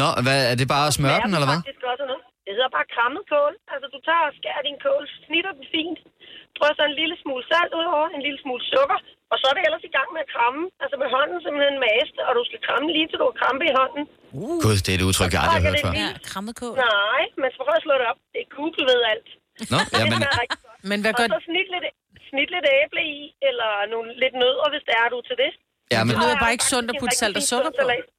S3: Nå, hvad, er det bare at smøre den, eller hvad?
S10: faktisk også noget. Det hedder bare krammet kål. Altså, du tager og skærer din kål, snitter den fint, drysser en lille smule salt ud over, en lille smule sukker, og så er det ellers i gang med at kramme. Altså med hånden simpelthen mast, og du skal kramme lige til du har krampe i hånden.
S3: Gud, Uh. det er et udtryk, jeg aldrig har hørt før.
S4: Ja, krammet kål.
S10: Nej, men så prøv at slå det op. Det er Google ved alt.
S3: Nå,
S10: Det
S3: jamen,
S10: smager rigtig godt.
S2: Men hvad
S10: Og
S2: gør
S10: så snit lidt, snit lidt æble i, eller nogle, lidt nødder, hvis det er, du er til det.
S3: ja, men,
S2: Det lyder
S10: Og
S2: bare
S10: er
S2: ikke
S10: faktisk
S2: sundt at
S10: en
S2: putte
S10: rigtig
S2: salt og
S10: fin
S2: sukker på.
S10: sundhedssalat.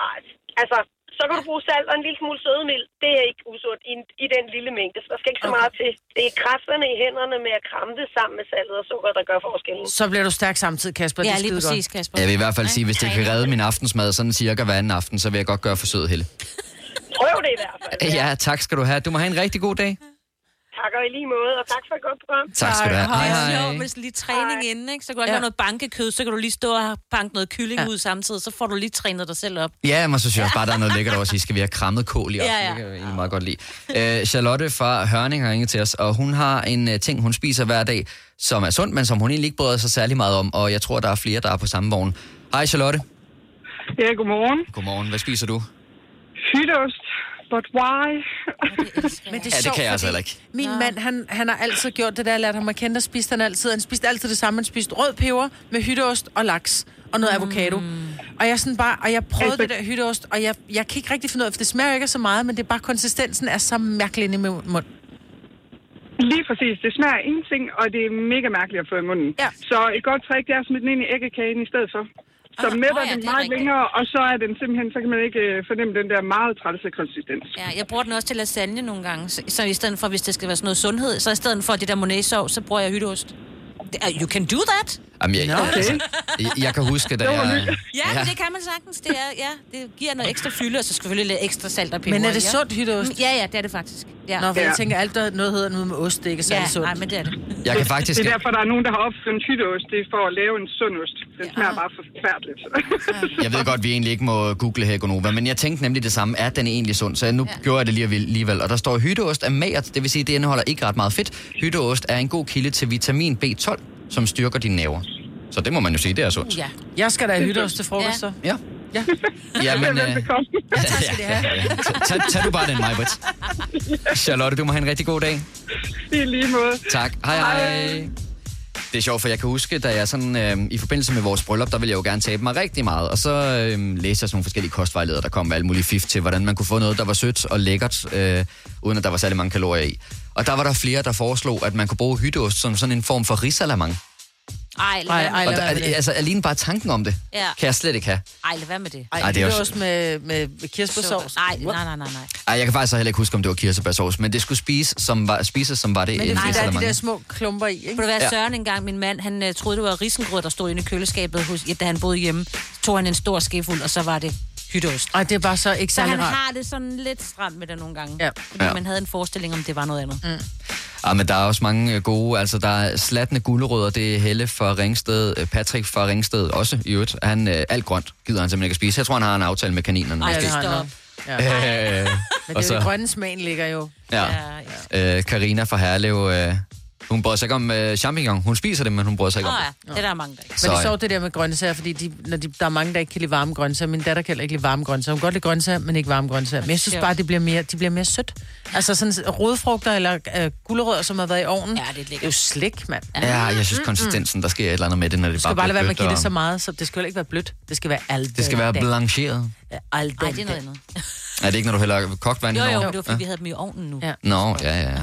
S10: Nej, altså, så kan du bruge salt og en lille smule sødemild. Det er ikke usundt i, i den lille mængde, så der skal ikke så meget til. Det er kræfterne i hænderne med at kramme det sammen med saltet og sukker, der gør forskellen.
S2: Så bliver du stærk samtidig, Kasper.
S4: Ja,
S2: det er
S4: lige
S2: skide godt.
S4: præcis, Kasper.
S3: jeg vil i hvert fald sige, hvis det kan redde min aftensmad sådan cirka hver anden aften, så vil jeg godt gøre forsøget, Helle.
S10: Prøv det i hvert fald.
S3: Ja, tak skal du have. Du må have en rigtig god dag.
S10: Tak og i lige måde, og tak for et godt program.
S3: Tak skal du have.
S4: Hej, hej.
S3: Hej,
S4: Jo,
S3: hej.
S4: men sådan lige træning hej. inden, ikke? Så kan du også
S2: Ja.
S4: ja. noget bankekød, så kan du lige stå og banke noget kylling ja. ud samtidig, så får du lige trænet dig selv op.
S3: Ja, men så synes jeg også bare, der er noget lækkert også. I skal vi have krammet kål i aften.
S4: Ja, ja.
S3: Det kan jeg egentlig meget godt lide. Øh, Charlotte fra Hørning har ringet til os, og hun har en øh, ting, hun spiser hver dag, som er sund, men som hun egentlig ikke bryder sig særlig meget om, og jeg tror, der er flere, der er på samme vogn. Hej Charlotte.
S10: Ja, godmorgen.
S3: Godmorgen. Hvad spiser du?
S10: Hytost. But why?
S2: Men det
S3: Ja,
S2: er
S3: det
S2: sjovt,
S3: kan jeg
S2: fordi
S3: altså heller ikke.
S2: Min mand, han, han har altid gjort det, der jeg lærte ham at kende, der spiste han altid. Han spiste altid det samme. Han spiste rød peber med hytteost og laks og
S4: Mm.
S2: noget avocado. Og jeg sådan bare, og jeg prøvede det der hytteost, og jeg, jeg kan ikke rigtig finde ud af, for det smager jo ikke af så meget, men det er bare, konsistensen er så mærkelig inde i min mund.
S10: Lige præcis. Det smager ingenting, og det er mega mærkeligt at få i munden.
S2: Ja.
S10: Så et godt trick, det er at smide den ind i æggekagen i stedet for. Så
S4: Ah,
S10: mætter
S4: nå ja,
S10: den
S4: det er
S10: meget
S4: rigtigt.
S10: længere, og så er den simpelthen, så kan man ikke øh, fornemme den der meget trælse konsistens.
S4: Ja, jeg bruger den også til lasagne nogle gange, så, så i stedet for, hvis det skal være sådan noget sundhed, så i stedet for det der monæsov, så bruger jeg hytteost. Det er- You can do that.
S3: Jamen, jeg, no, okay. altså, jeg, jeg kan huske, da jeg...
S4: Ja, ja. det kan man sagtens. Det, er, ja, det giver noget ekstra fylde, og så selvfølgelig lidt ekstra salt og peber.
S2: Men er det
S4: ja.
S2: sundt hytteost?
S4: Mm, Ja, ja, det er det faktisk. Ja.
S2: Nå, for jeg
S10: Ja.
S2: tænker, alt der noget hedder noget med ost, det er ikke særlig
S4: ja,
S2: sundt.
S4: nej, men det er det.
S3: Jeg kan faktisk...
S11: Det er derfor, der er nogen, der har opfundet hytteost. Det er for at lave en sund ost. Den smager bare forfærdeligt.
S3: Jeg ved godt, vi egentlig ikke må google her, Gonova, men jeg tænkte nemlig det samme. Er den egentlig sund? Så nu ja. gjorde jeg det lige alligevel. Og der står, hytteost er magert, det vil sige, det indeholder ikke ret meget fedt. Hytteost er en god kilde til vitamin B12, som styrker dine næver. Så det må man jo sige, det er sundt.
S2: Ja. Jeg skal da have hytteost til frokost, så.
S3: Ja.
S2: Ja.
S3: Ja, men, øh,
S2: Ja, tak skal det have.
S3: tag, tag du bare den, Majbrit. Charlotte, du må have en rigtig god dag.
S11: I lige måde.
S3: Tak. Hej, hej. Det er sjovt, for jeg kan huske, da jeg sådan, øh, i forbindelse med vores bryllup, der ville jeg jo gerne tabe mig rigtig meget. Og så øh, læste jeg sådan nogle forskellige kostvejledere, der kom med alle mulige fif til, hvordan man kunne få noget, der var sødt og lækkert, øh, uden at der var særlig mange kalorier i. Og der var der flere, der foreslog, at man kunne bruge hytteost som sådan en form for risalamang.
S4: Ej, lad være
S3: Og
S4: med
S3: der,
S4: det.
S3: altså, alene bare tanken om det,
S4: Ja.
S3: kan jeg slet ikke have.
S4: Ej, lad være med det.
S3: Ej, Ej, det er også-
S2: Hytteost med, med kirsebærsovs.
S4: Nej, nej, nej, nej, nej.
S3: Ej, jeg kan faktisk så heller ikke huske, om det var kirsebærsovs, men det skulle spise, som var, spises, som var det
S2: Men det er fordi, der er de
S3: risalamande.
S2: der små klumper i, ikke?
S4: Må du være
S3: Ja.
S4: Søren engang, min mand, han øh, troede, det var risengrød, der stod inde i køleskabet, hos, ja, da han boede hjemme. Så tog han en stor skefuld, og så var det hytteost.
S2: Ej, det er bare så ikke
S4: Så
S2: særlig
S4: han
S2: rart.
S4: har det sådan lidt stramt med det nogle gange.
S2: Ja.
S4: Fordi
S3: Ja.
S4: man havde en forestilling om, det var noget andet. Mm.
S3: Ja, men der er også mange øh, gode, altså der er slatne gulerødder, det er Helle fra Ringsted, øh, Patrick fra Ringsted også i øvrigt. Han, øh, alt grønt gider han simpelthen ikke at spise. Jeg tror, han har en aftale med kaninerne.
S2: Ej, det
S3: måske.
S2: har han nok. Ja. Men
S3: Øh,
S2: det er jo
S3: og
S2: det
S3: så,
S2: grønne smagen ligger jo.
S3: ja. Øh, Karina fra Herlev, øh, hun bryder sig ikke om øh, champignon. Hun spiser det, men hun bryder sig ikke
S4: Nå
S3: om det.
S4: ja, det er der mange, der ikke.
S2: Men det
S3: Så,
S2: er sjovt det der med grøntsager, fordi de, når de, der er mange, der ikke kan lide varme grøntsager. Min datter kan heller ikke lide varme grøntsager. Hun kan godt lide grøntsager, men ikke varme grøntsager. Men jeg synes
S4: sjovt.
S2: bare, det bliver mere, de bliver mere sødt. Altså sådan rodfrugter eller øh, gulerødder, som har været i ovnen.
S4: Ja, det er
S2: det er jo
S4: lækkert. Mm.
S2: slik, mand. Du
S3: Ja, jeg synes konsistensen, der sker et eller andet med det, når det
S2: skal
S3: bare
S2: bare lade
S3: bliver
S2: være med at give
S3: blødt,
S2: det så
S3: og-
S2: meget, så det skal heller ikke være blødt. Det skal være alt.
S3: Det skal være blancheret.
S2: Alt
S4: Nej, det er noget andet.
S3: Er det ikke, når du hælder kogt vand
S4: Jo,
S3: henover?
S4: jo, men det var fordi, vi havde dem i ovnen nu.
S2: Ja.
S3: Nå, ja, ja. ja.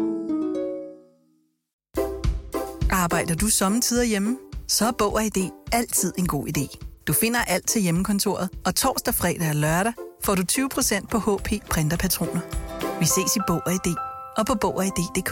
S12: Arbejder du sommetider hjemme? Så er Bog og ID altid en god idé. Du finder alt til hjemmekontoret, og torsdag, fredag og lørdag får du 20% på HP Printerpatroner. Vi ses i Bog og ID og på Bog og ID.dk.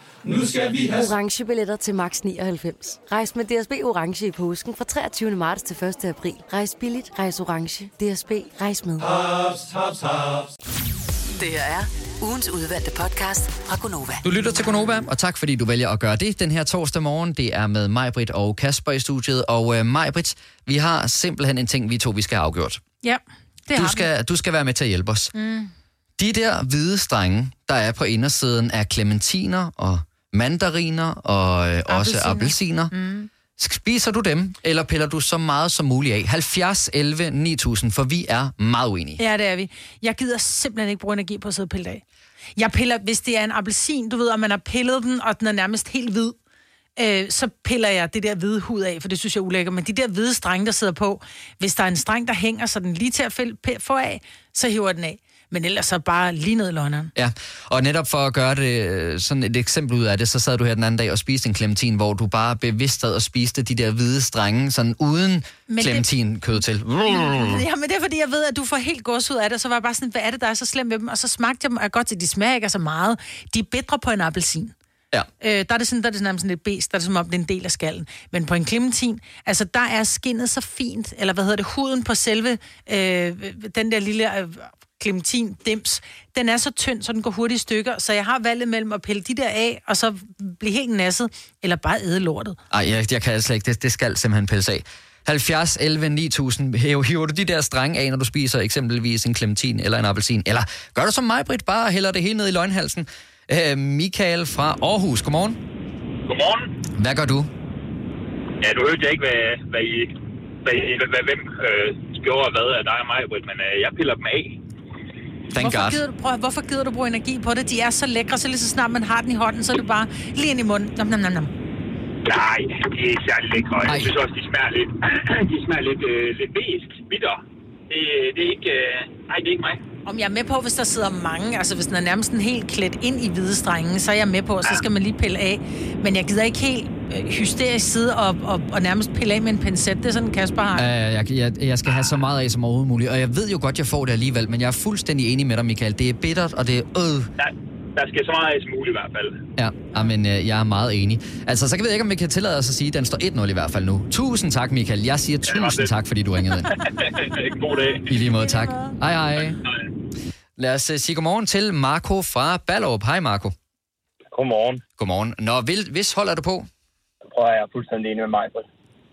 S13: Nu skal vi have...
S14: orange billetter til max 99. Rejs med DSB orange i påsken fra 23. marts til 1. april. Rejs billigt, rejs orange. DSB rejs med.
S13: Ah, Haps, haps, haps.
S8: Det her er ugens udvalgte podcast fra Gonova.
S3: Du lytter til Konoba, og tak fordi du vælger at gøre det den her torsdag morgen. Det er med Majbrit og Kasper i studiet. Og øh, Majbrit, vi har simpelthen en ting, vi to vi skal have afgjort.
S2: Ja, det har
S3: Du
S2: vi.
S3: skal, du skal være med til at hjælpe os.
S2: Mm.
S3: De der hvide strenge, der er på indersiden af clementiner og mandariner og øh, også appelsiner.
S2: Mm.
S3: Spiser du dem, eller piller du så meget som muligt af? 70, 11, 9000, for vi er meget uenige.
S2: Ja, det er vi. Jeg gider simpelthen ikke bruge energi på at sidde og pille det af. Jeg piller, hvis det er en appelsin, du ved, og man har pillet den, og den er nærmest helt hvid, øh, så piller jeg det der hvide hud af, for det synes jeg er ulækkert. Men de der hvide strenge, der sidder på, hvis der er en streng, der hænger, så den er lige til at fælde, p- få af, så hiver jeg den af. Men ellers så bare lige ned i låneren.
S3: Ja, og netop for at gøre det øh, sådan et eksempel ud af det, så sad du her den anden dag og spiste en clementin, hvor du bare bevidst sad og spiste de der hvide strenge, sådan uden
S2: Men det-
S3: clementinkød til. Mm.
S2: Ja, men det er fordi, jeg ved, at du får helt gods ud af det, og så var jeg bare sådan, hvad er det, der er så slemt ved dem? Og så smagte jeg dem, og jeg er godt til, de smager ikke af så meget. De er bedre på en appelsin.
S3: Ja.
S2: Øh, der er det sådan, der er det nærmest sådan lidt best, der er det som om, det er en del af skallen. Men på en clementin, altså der er skinnet så fint, eller hvad hedder det, huden på selve øh, den der lille øh, clementin dims, den er så tynd, så den går hurtigt i stykker, så jeg har valget mellem at pille de der af, og så blive helt nasset, eller bare æde lortet.
S3: Ej, jeg, jeg kan slet ikke. Det, det skal simpelthen pilles af. 70, 11, 9000. Hæv- Hiver du de der strenge af, når du spiser eksempelvis en clementin eller en appelsin? Eller gør du som mig, Britt, bare hælder det hele ned i løgnhalsen. Øh, Michael fra Aarhus, godmorgen.
S15: Godmorgen.
S3: Hvad gør du?
S15: Ja, du hørte jeg ikke, hvad, hvad I, hvad, I, hvad, hvem øh, gjorde hvad af dig og mig, Britt, men øh, jeg piller dem af.
S2: hvorfor, gider du, prøv, at- hvorfor gider du bruge energi på det? De er så lækre, så lige så snart man har den i hånden, så er det bare lige ind i munden. Nom, nom, nom, nom.
S15: Nej, de er ikke særlig lækre. og Jeg synes også, de smager lidt, de smager lidt, øh, lidt besk, bitter. Det, det er ikke... Øh, nej, det er ikke mig.
S2: Om jeg er med på, hvis der sidder mange, altså hvis den er nærmest en helt klædt ind i hvide strenge, så er jeg med på, og så skal man lige pille af. Men jeg gider ikke helt øh, hysterisk sidde og, og, og nærmest pille af med en pincet. Det er sådan, Kasper har.
S3: Uh, jeg, jeg, jeg skal have så meget af som overhovedet muligt. Og jeg ved jo godt, jeg får det alligevel, men jeg er fuldstændig enig med dig, Michael. Det er bittert, og det er øh.
S15: Der, der skal så meget af som muligt i hvert fald.
S3: Ja, ah, men øh, jeg er meget enig. Altså, så kan jeg ikke, om vi kan tillade os at sige, at den står 1-0 i hvert fald nu. Tusind tak, Michael. Jeg siger tusind tak, fordi du ringede ind.
S15: en god dag.
S3: I lige måde, tak. Hej, hej. Lad os øh, sige godmorgen til Marco fra Ballerup. Hej, Marco.
S16: Godmorgen.
S3: Godmorgen. Nå, vil, hvis holder du på?
S16: Prøv at jeg er fuldstændig enig med mig.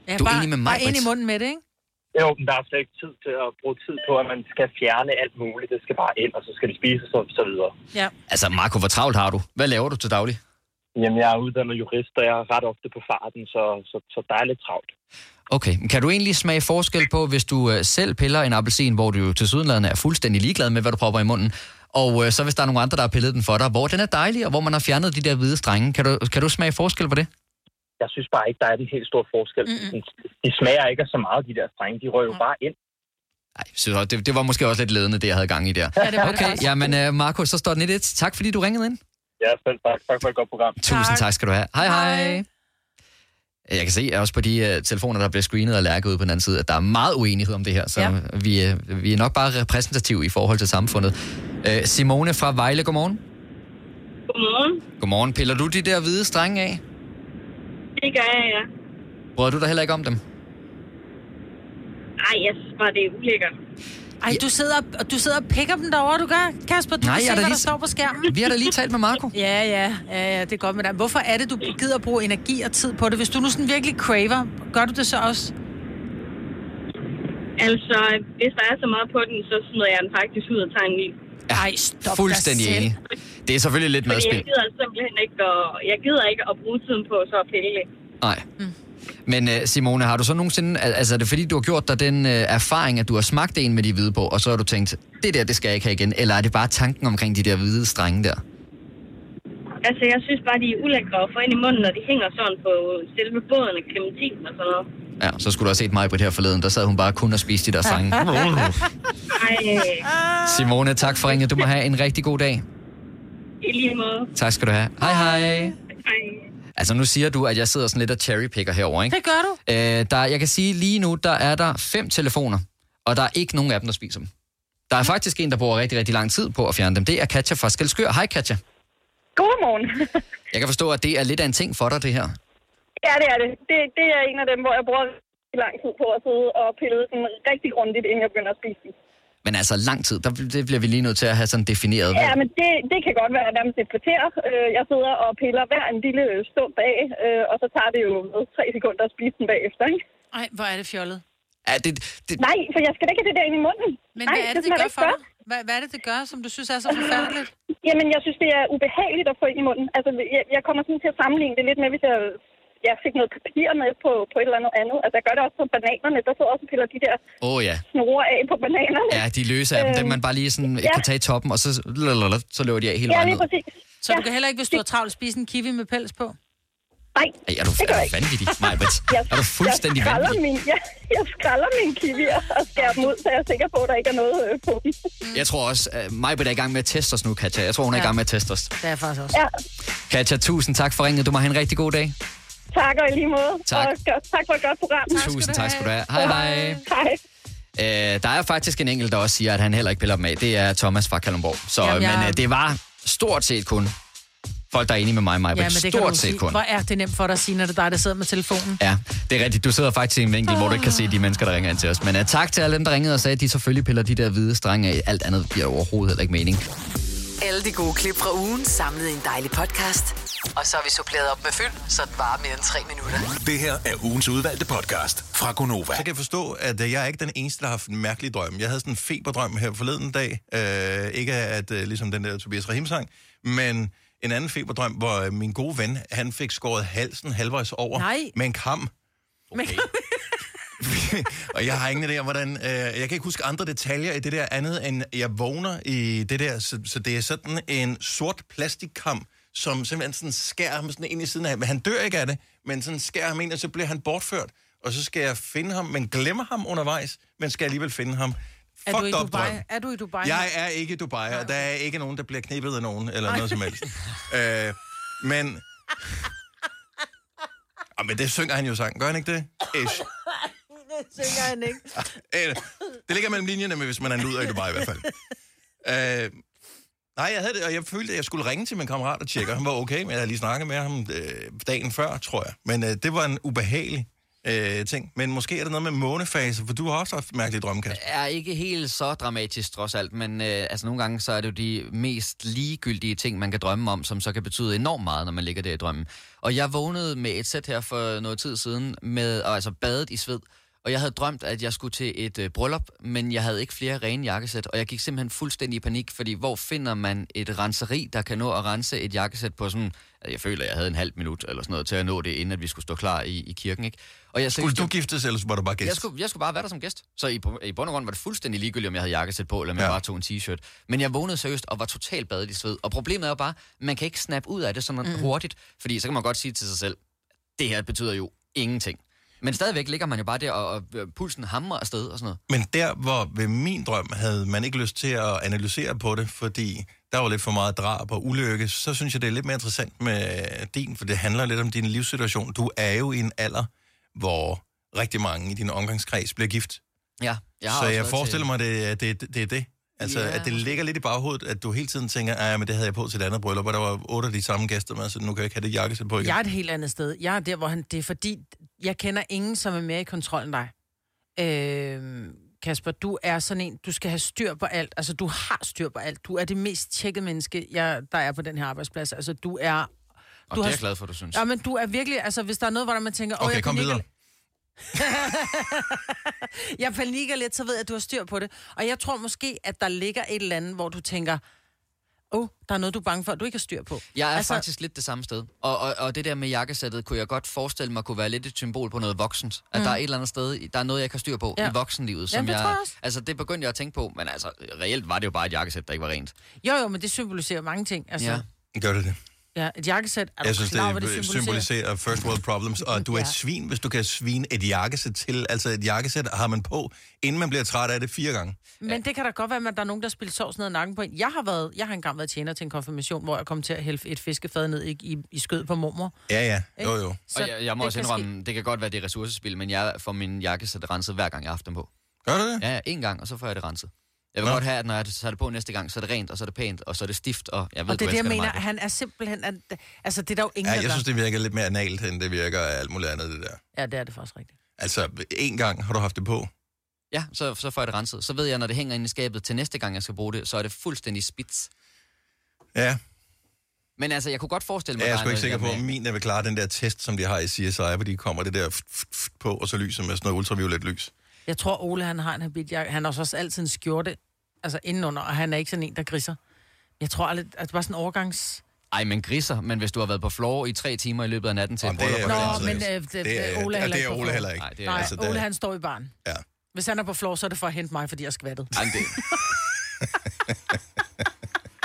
S2: Ja,
S3: du er
S2: bare,
S3: enig med mig,
S2: Bare ind i
S3: Britt.
S2: munden med det, ikke?
S16: Jo, men der er slet ikke tid til at bruge tid på, at man skal fjerne alt muligt. Det skal bare ind, og så skal det spises og så videre.
S2: Ja.
S3: Altså, Marco, hvor travlt har du? Hvad laver du til daglig?
S16: Jamen, jeg er uddannet jurist, og jeg er ret ofte på farten, så, så, så der er lidt travlt.
S3: Okay, men kan du egentlig smage forskel på, hvis du øh, selv piller en appelsin, hvor du jo til sydenlandet er fuldstændig ligeglad med, hvad du propper i munden, og øh, så hvis der er nogle andre, der har pillet den for dig, hvor den er dejlig, og hvor man har fjernet de der hvide strenge, kan du, kan du smage forskel på det?
S16: Jeg synes bare ikke, der er den helt store forskel. Mm-hmm. De smager ikke af så meget, de der strenge. De rører jo bare ind.
S3: Så det, det var måske også lidt ledende, det jeg havde gang i der.
S16: Ja, det var det
S3: okay,
S16: faktisk.
S3: jamen øh, Marco, så står den 1-1. Tak fordi du ringede ind.
S16: Ja, selv tak. Tak for et godt program.
S3: Tusind tak skal du have. Hej hej. Jeg kan se også på de uh, telefoner, der bliver screenet og lærket ude på den anden side, at der er meget uenighed om det her, så ja. vi, uh, vi er nok bare repræsentative i forhold til samfundet. Uh, Simone fra Vejle, godmorgen.
S17: Godmorgen.
S3: Godmorgen. Piller du de der hvide strenge af?
S17: Det gør jeg, ja.
S3: Bryder du dig heller ikke om dem?
S17: Ej, jeg synes bare, det er ulækkert.
S2: Ej, du sidder, og du sidder og pikker dem derovre, du gør, Kasper. Du
S3: Nej,
S2: kan
S3: jeg
S2: se,
S3: har da
S2: hvad der
S3: lige-
S2: står på skærmen.
S3: Vi har da lige talt med Marco.
S2: Ja, ja, ja, ja, det er godt med dig. Hvorfor er det, du gider bruge energi og tid på det? Hvis du nu sådan virkelig craver, gør du det så også?
S17: Altså, hvis der er så meget på den, så smider jeg den faktisk ud og tager en ny.
S2: Ej, stop
S3: Fuldstændig enig. Det er selvfølgelig lidt
S17: Fordi jeg
S3: madspild.
S17: gider simpelthen ikke at, jeg gider ikke at bruge tiden på så at pille.
S3: Nej. Men uh, Simone, har du så nogensinde... al- Altså, er det fordi, du har gjort dig den uh, erfaring, at du har smagt en med de hvide på, og så har du tænkt, det der, det skal jeg ikke have igen? Eller er det bare tanken omkring de der hvide strenge der?
S17: Altså, jeg synes bare, de er ulækre at få ind i munden, når de hænger sådan på selve båden af klementinen og sådan noget.
S3: Ja, så skulle du også set mig, Britt, her forleden. Der sad hun bare kun og spiste de der strenge.
S17: Ej,
S3: Simone, tak for ringet. Du må have en rigtig god dag.
S17: i lige måde.
S3: Tak skal du have. Hej hej.
S17: Hej.
S3: Altså, nu siger du, at jeg sidder sådan lidt og cherrypicker herovre, ikke?
S2: Det gør du.
S3: Øh, der, jeg kan sige, lige nu, der er der fem telefoner, og der er ikke nogen af dem, der spiser dem. Der er faktisk en, der bruger rigtig, rigtig lang tid på at fjerne dem. Det er Katja fra Skelskør. Hej, Katja.
S18: Godmorgen.
S3: Jeg kan forstå, at det er lidt af en ting for dig, det her.
S18: ja, det er det. det. Det er en af dem, hvor jeg bruger rigtig lang tid på at sidde og pille den rigtig grundigt, inden jeg begynder at spise den.
S3: Men altså, lang tid, der, det bliver vi lige nødt til at have sådan defineret.
S18: Ja,
S3: Ja.
S18: men det, det kan godt være nærmest et kvarter. Øh, Jeg sidder og piller hver en lille stump af, øh, og så tager det jo hvad, tre sekunder at spise den bagefter, ikke?
S2: Ej, hvor er det fjollet.
S3: Ja, det, det...
S18: Nej, for jeg skal da ikke have det der ind i munden.
S2: Men
S18: Nej,
S2: hvad er det, det
S18: smager da
S2: gør
S18: ikke
S2: for dig?
S18: godt.
S2: Hvad, hvad er det, det gør, som du synes er så forfærdeligt?
S18: Jamen, jeg synes, det er ubehageligt at få ind i munden. Altså, jeg, jeg kommer sådan til at sammenligne det lidt med, hvis jeg, jeg fik noget papir med på, på et eller andet andet. Altså, jeg gør det også på bananerne. Der sidder også og piller de der
S3: Åh oh, ja.
S18: snore af på bananerne.
S3: Ja, de løse af dem, dem man bare lige sådan
S18: Øh, ja.
S3: kan tage i toppen, og så, lalalala, så løber de af hele vejen ned.
S18: præcis.
S2: Så du kan heller ikke, hvis du har travlt, spise en kiwi med pels på?
S18: Nej,
S3: Ej, er du, er du vanvittig, Majbrit? Er du fuldstændig
S18: jeg
S3: vanvittig?
S18: skralder min, jeg, jeg skralder min kiwier og skærer dem ud, så jeg er sikker på, at der ikke er noget øh, på dem.
S3: Jeg tror også, at Majbrit er i gang med at teste os nu, Katja. Jeg tror, hun er i
S18: Ja.
S3: gang med at teste os.
S2: Det er jeg faktisk også.
S18: Ja,
S3: Katja, tusind tak for ringet. Du må have en rigtig god dag.
S18: tak og i lige måde.
S3: Tak.
S18: Og godt, tak for et godt program.
S3: Tusind tak skal du have. Hej, hej.
S18: Hej.
S3: Øh, der er faktisk en enkelt, der også siger, at han heller ikke piller dem af. Det er Thomas fra Kalundborg. Så,
S2: Jamen,
S3: Jamen,
S2: jeg-
S3: Men øh, det var stort set kun folk, der er enige med mig, Majbrit.
S2: du
S3: stort
S2: jo
S3: set
S2: sige.
S3: kun.
S2: Hvor er det nemt for dig at sige, når det er dig, der sidder med telefonen?
S3: Ja, det er rigtigt. Du sidder faktisk i en vinkel, hvor du ikke kan se de mennesker, der ringer ind til os. Men uh, tak til alle dem, der ringede og sagde, at de selvfølgelig piller de der hvide strenge af. Alt andet giver overhovedet heller ikke mening.
S8: Alle de gode klip fra ugen samlet i en dejlig podcast. Og så har vi suppleret op med fyld, så det varer mere end tre minutter.
S9: Det her er ugens udvalgte podcast fra Gonova.
S1: Så kan jeg forstå, at øh, jeg er ikke den eneste, der har haft en mærkelig drøm. Jeg havde sådan en feberdrøm her forleden dag. Øh, ikke at, øh, ligesom den der Tobias Rahim-sang, men en anden feberdrøm, hvor øh, min gode ven, han fik skåret halsen halvvejs over
S2: Nej.
S1: med en kam. Okay. og jeg har ingen idé om, hvordan... Øh, jeg kan ikke huske andre detaljer i det der andet, end jeg vågner i det der. Så, så det er sådan en sort plastikkam, som simpelthen sådan skærer ham sådan ind i siden af. Men han dør ikke af det, men sådan skærer ham ind, og så bliver han bortført. Og så skal jeg finde ham, men glemmer ham undervejs, men skal alligevel finde ham.
S2: Er du, i
S1: Fucked up
S2: Dubai?
S1: drøm.
S2: er du i Dubai?
S1: Jeg er ikke i Dubai, og der er ikke nogen, der bliver knippet af nogen, eller
S2: Nej.
S1: noget som helst. Øh, men... Ah, men det synger han jo sang, gør han ikke det? Ish.
S2: det synger han ikke.
S1: Øh, det ligger mellem linjerne, men hvis man er en luder i Dubai i hvert fald. Øh, nej, jeg havde det, og jeg følte, at jeg skulle ringe til min kammerat og tjekke, og han var okay, men jeg havde lige snakket med ham øh, dagen før, tror jeg. Men øh, det var en ubehagelig øh, ting. Men måske er det noget med månefase, for du har også haft mærkelige drømme, Kasper.
S3: er ikke helt så dramatisk trods alt, men øh, altså nogle gange så er det jo de mest ligegyldige ting, man kan drømme om, som så kan betyde enormt meget, når man ligger der i drømmen. Og jeg vågnede med et sæt her for noget tid siden, med, og altså badet i sved, og jeg havde drømt, at jeg skulle til et øh, bryllup, men jeg havde ikke flere rene jakkesæt, og jeg gik simpelthen fuldstændig i panik, fordi hvor finder man et renseri, der kan nå at rense et jakkesæt på sådan, altså, jeg føler, jeg havde en halv minut eller sådan noget til at nå det, inden at vi skulle stå klar i, i kirken, ikke? Og jeg
S1: Skulle du giftes, eller var du bare gæst?
S3: Jeg skulle, jeg skulle bare være der som gæst. Så i, i bund og grund var det fuldstændig ligegyldigt, om jeg havde jakkesæt på, eller om jeg ja. bare tog en t-shirt. Men jeg vågnede seriøst og var totalt badet i sved. Og problemet er jo bare, man kan ikke snappe ud af det sådan
S12: Mm.
S3: mm. hurtigt, fordi så kan man godt sige til sig selv, det her betyder jo ingenting. Men stadigvæk ligger man jo bare der, og, og pulsen hamrer afsted og sådan noget.
S1: Men der, hvor ved min drøm havde man ikke lyst til at analysere på det, fordi der var lidt for meget drab og ulykke, så synes jeg, det er lidt mere interessant med din, for det handler lidt om din livssituation. Du er jo i en alder, hvor rigtig mange i din omgangskreds bliver gift.
S3: Ja, jeg har
S1: så
S3: også
S1: jeg
S3: været
S1: forestiller
S3: til-
S1: mig, at det, at det, det er det. Altså,
S3: Ja.
S1: yeah. at det ligger lidt i baghovedet, at du hele tiden tænker, at det havde jeg på til et andet bryllup, og der var otte af de samme gæster med, så nu kan jeg ikke have det jakkesæt på igen.
S2: Jeg er et helt andet sted. Jeg er der, hvor han... Det er fordi, jeg kender ingen, som er mere i kontrol end dig. Øh, Kasper, du er sådan en, du skal have styr på alt. Altså, du har styr på alt. Du er det mest tjekkede menneske, jeg, der er på den her arbejdsplads. Altså, du er...
S3: Og det er jeg glad for, du synes.
S2: Ja, men du er virkelig... Altså, hvis der er noget, hvor man tænker... "Åh,
S3: Okay,
S2: jeg
S3: kom
S2: panikker-
S3: videre.
S2: jeg panikker lidt, så ved jeg, at du har styr på det. Og jeg tror måske, at der ligger et eller andet, hvor du tænker, åh, oh, der er noget, du er bange for, du ikke har styr på.
S3: Jeg er altså... faktisk lidt det samme sted. Og, og, og det der med jakkesættet kunne jeg godt forestille mig kunne være lidt et symbol på noget voksent.
S2: Mm.
S3: At mm. der er et eller andet sted, der er noget, jeg kan styre på
S2: Ja.
S3: ja. i voksenlivet. Som
S2: Jamen, det
S3: jeg,
S2: tror jeg også.
S3: Altså, det begyndte jeg at tænke på, men altså, reelt var det jo bare et jakkesæt, der ikke var rent.
S2: Jo, jo, men det symboliserer mange ting. Altså, ja.
S1: Ja. Gør det det?
S2: ja et jakkesæt, er du
S1: Jeg synes,
S2: klar,
S1: det,
S2: over, hvad
S1: det symboliserer first world problems, og du er et svin, hvis du kan svine et jakkesæt til. Altså et jakkesæt har man på, inden man bliver træt af det fire gange.
S2: Men det kan da godt være, at der er nogen, der spiller sovs ned ad nakken på en. Jeg har, været, jeg har engang været tjener til en konfirmation, hvor jeg kom til at hælde et fiskefad ned i, i, i skød på mormor.
S1: Ja, ja.
S2: Ikke?
S1: Jo, jo.
S2: Så
S3: Og jeg, jeg må
S2: det
S3: også
S2: kan
S3: indrømme, det kan godt være, det er ressourcespil, men jeg får min jakkesæt renset hver gang, jeg har haft dem på.
S1: Gør du det?
S3: Ja, ja, en gang, og så får jeg det renset. Jeg vil
S1: Nå.
S3: godt have, at når jeg tager det på næste gang, så er det rent, og så er det pænt, og så er det stift, og jeg ved,
S2: Og det er det,
S3: du
S2: jeg
S3: elsker
S2: mener,
S3: Maja.
S2: han er simpelthen... At, altså, det er der jo ingen,
S1: Ja,
S2: der
S1: jeg
S2: gør.
S1: synes, det virker lidt mere analt, end det virker af alt muligt andet, det der.
S2: Ja, det er det faktisk rigtigt.
S1: Altså, en gang har du haft det på.
S3: Ja, så, så får jeg det renset. Så ved jeg, når det hænger inde i skabet til næste gang, jeg skal bruge det, så er det fuldstændig spids.
S1: Ja,
S3: Men altså, jeg kunne godt forestille mig,
S1: ja jeg er
S3: der
S1: sgu ikke sikker
S3: noget
S1: på,
S3: der
S1: at min vil klare den der test, som de har i CSI, hvor de kommer det der f- f- f- på, og så lyser med sådan noget ultraviolet lys.
S2: Jeg tror, Ole, han har en habit. Jeg, han har så også altid en skjorte, altså indenunder, og han er ikke sådan en, der griser. Jeg tror aldrig, at det var sådan en overgangs...
S3: Ej, men griser, men hvis du har været på floor i tre timer i løbet af natten til
S1: Jamen, det er jo
S2: Nå, men øh, det, det,
S1: Det er-
S2: Ole
S1: ja,
S2: er heller
S1: det er
S2: ikke på
S1: Ole
S2: floor.
S1: heller ikke. Nej,
S2: Nej,
S1: det er-
S2: Nej
S1: altså, det er-
S2: Ole han står i barn.
S1: Ja.
S2: Hvis han er på floor, så er det for at hente mig, fordi jeg skvattet.
S3: Ej, men det...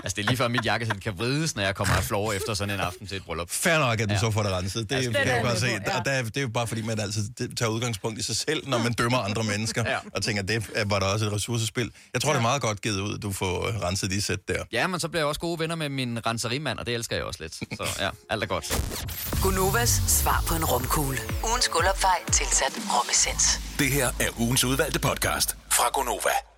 S3: altså, det er lige før mit jakkesæt kan vrides, når jeg kommer af floor efter sådan en aften til et bryllup.
S1: Fair nok, at du ja. så får det renset. Det
S3: Altså,
S1: altså, kan
S3: det er
S1: jeg
S3: jeg
S1: godt se.
S3: med på,
S1: Der, der,
S3: ja.
S1: er- det er jo bare, fordi man altid det- tager udgangspunkt i sig selv, når man dømmer andre mennesker, ja. og tænker, det er- var der også et ressourcespil. Jeg tror, ja. det er meget godt givet ud, du får øh, renset de sæt der.
S3: Ja, men så bliver jeg også gode venner med min renserimand, og det elsker jeg også lidt. Så ja, alt er godt.
S8: Gunovas svar på en rumkugle. Ugens guldopfej tilsat romessens.
S9: Det her er ugens udvalgte podcast fra Gonova.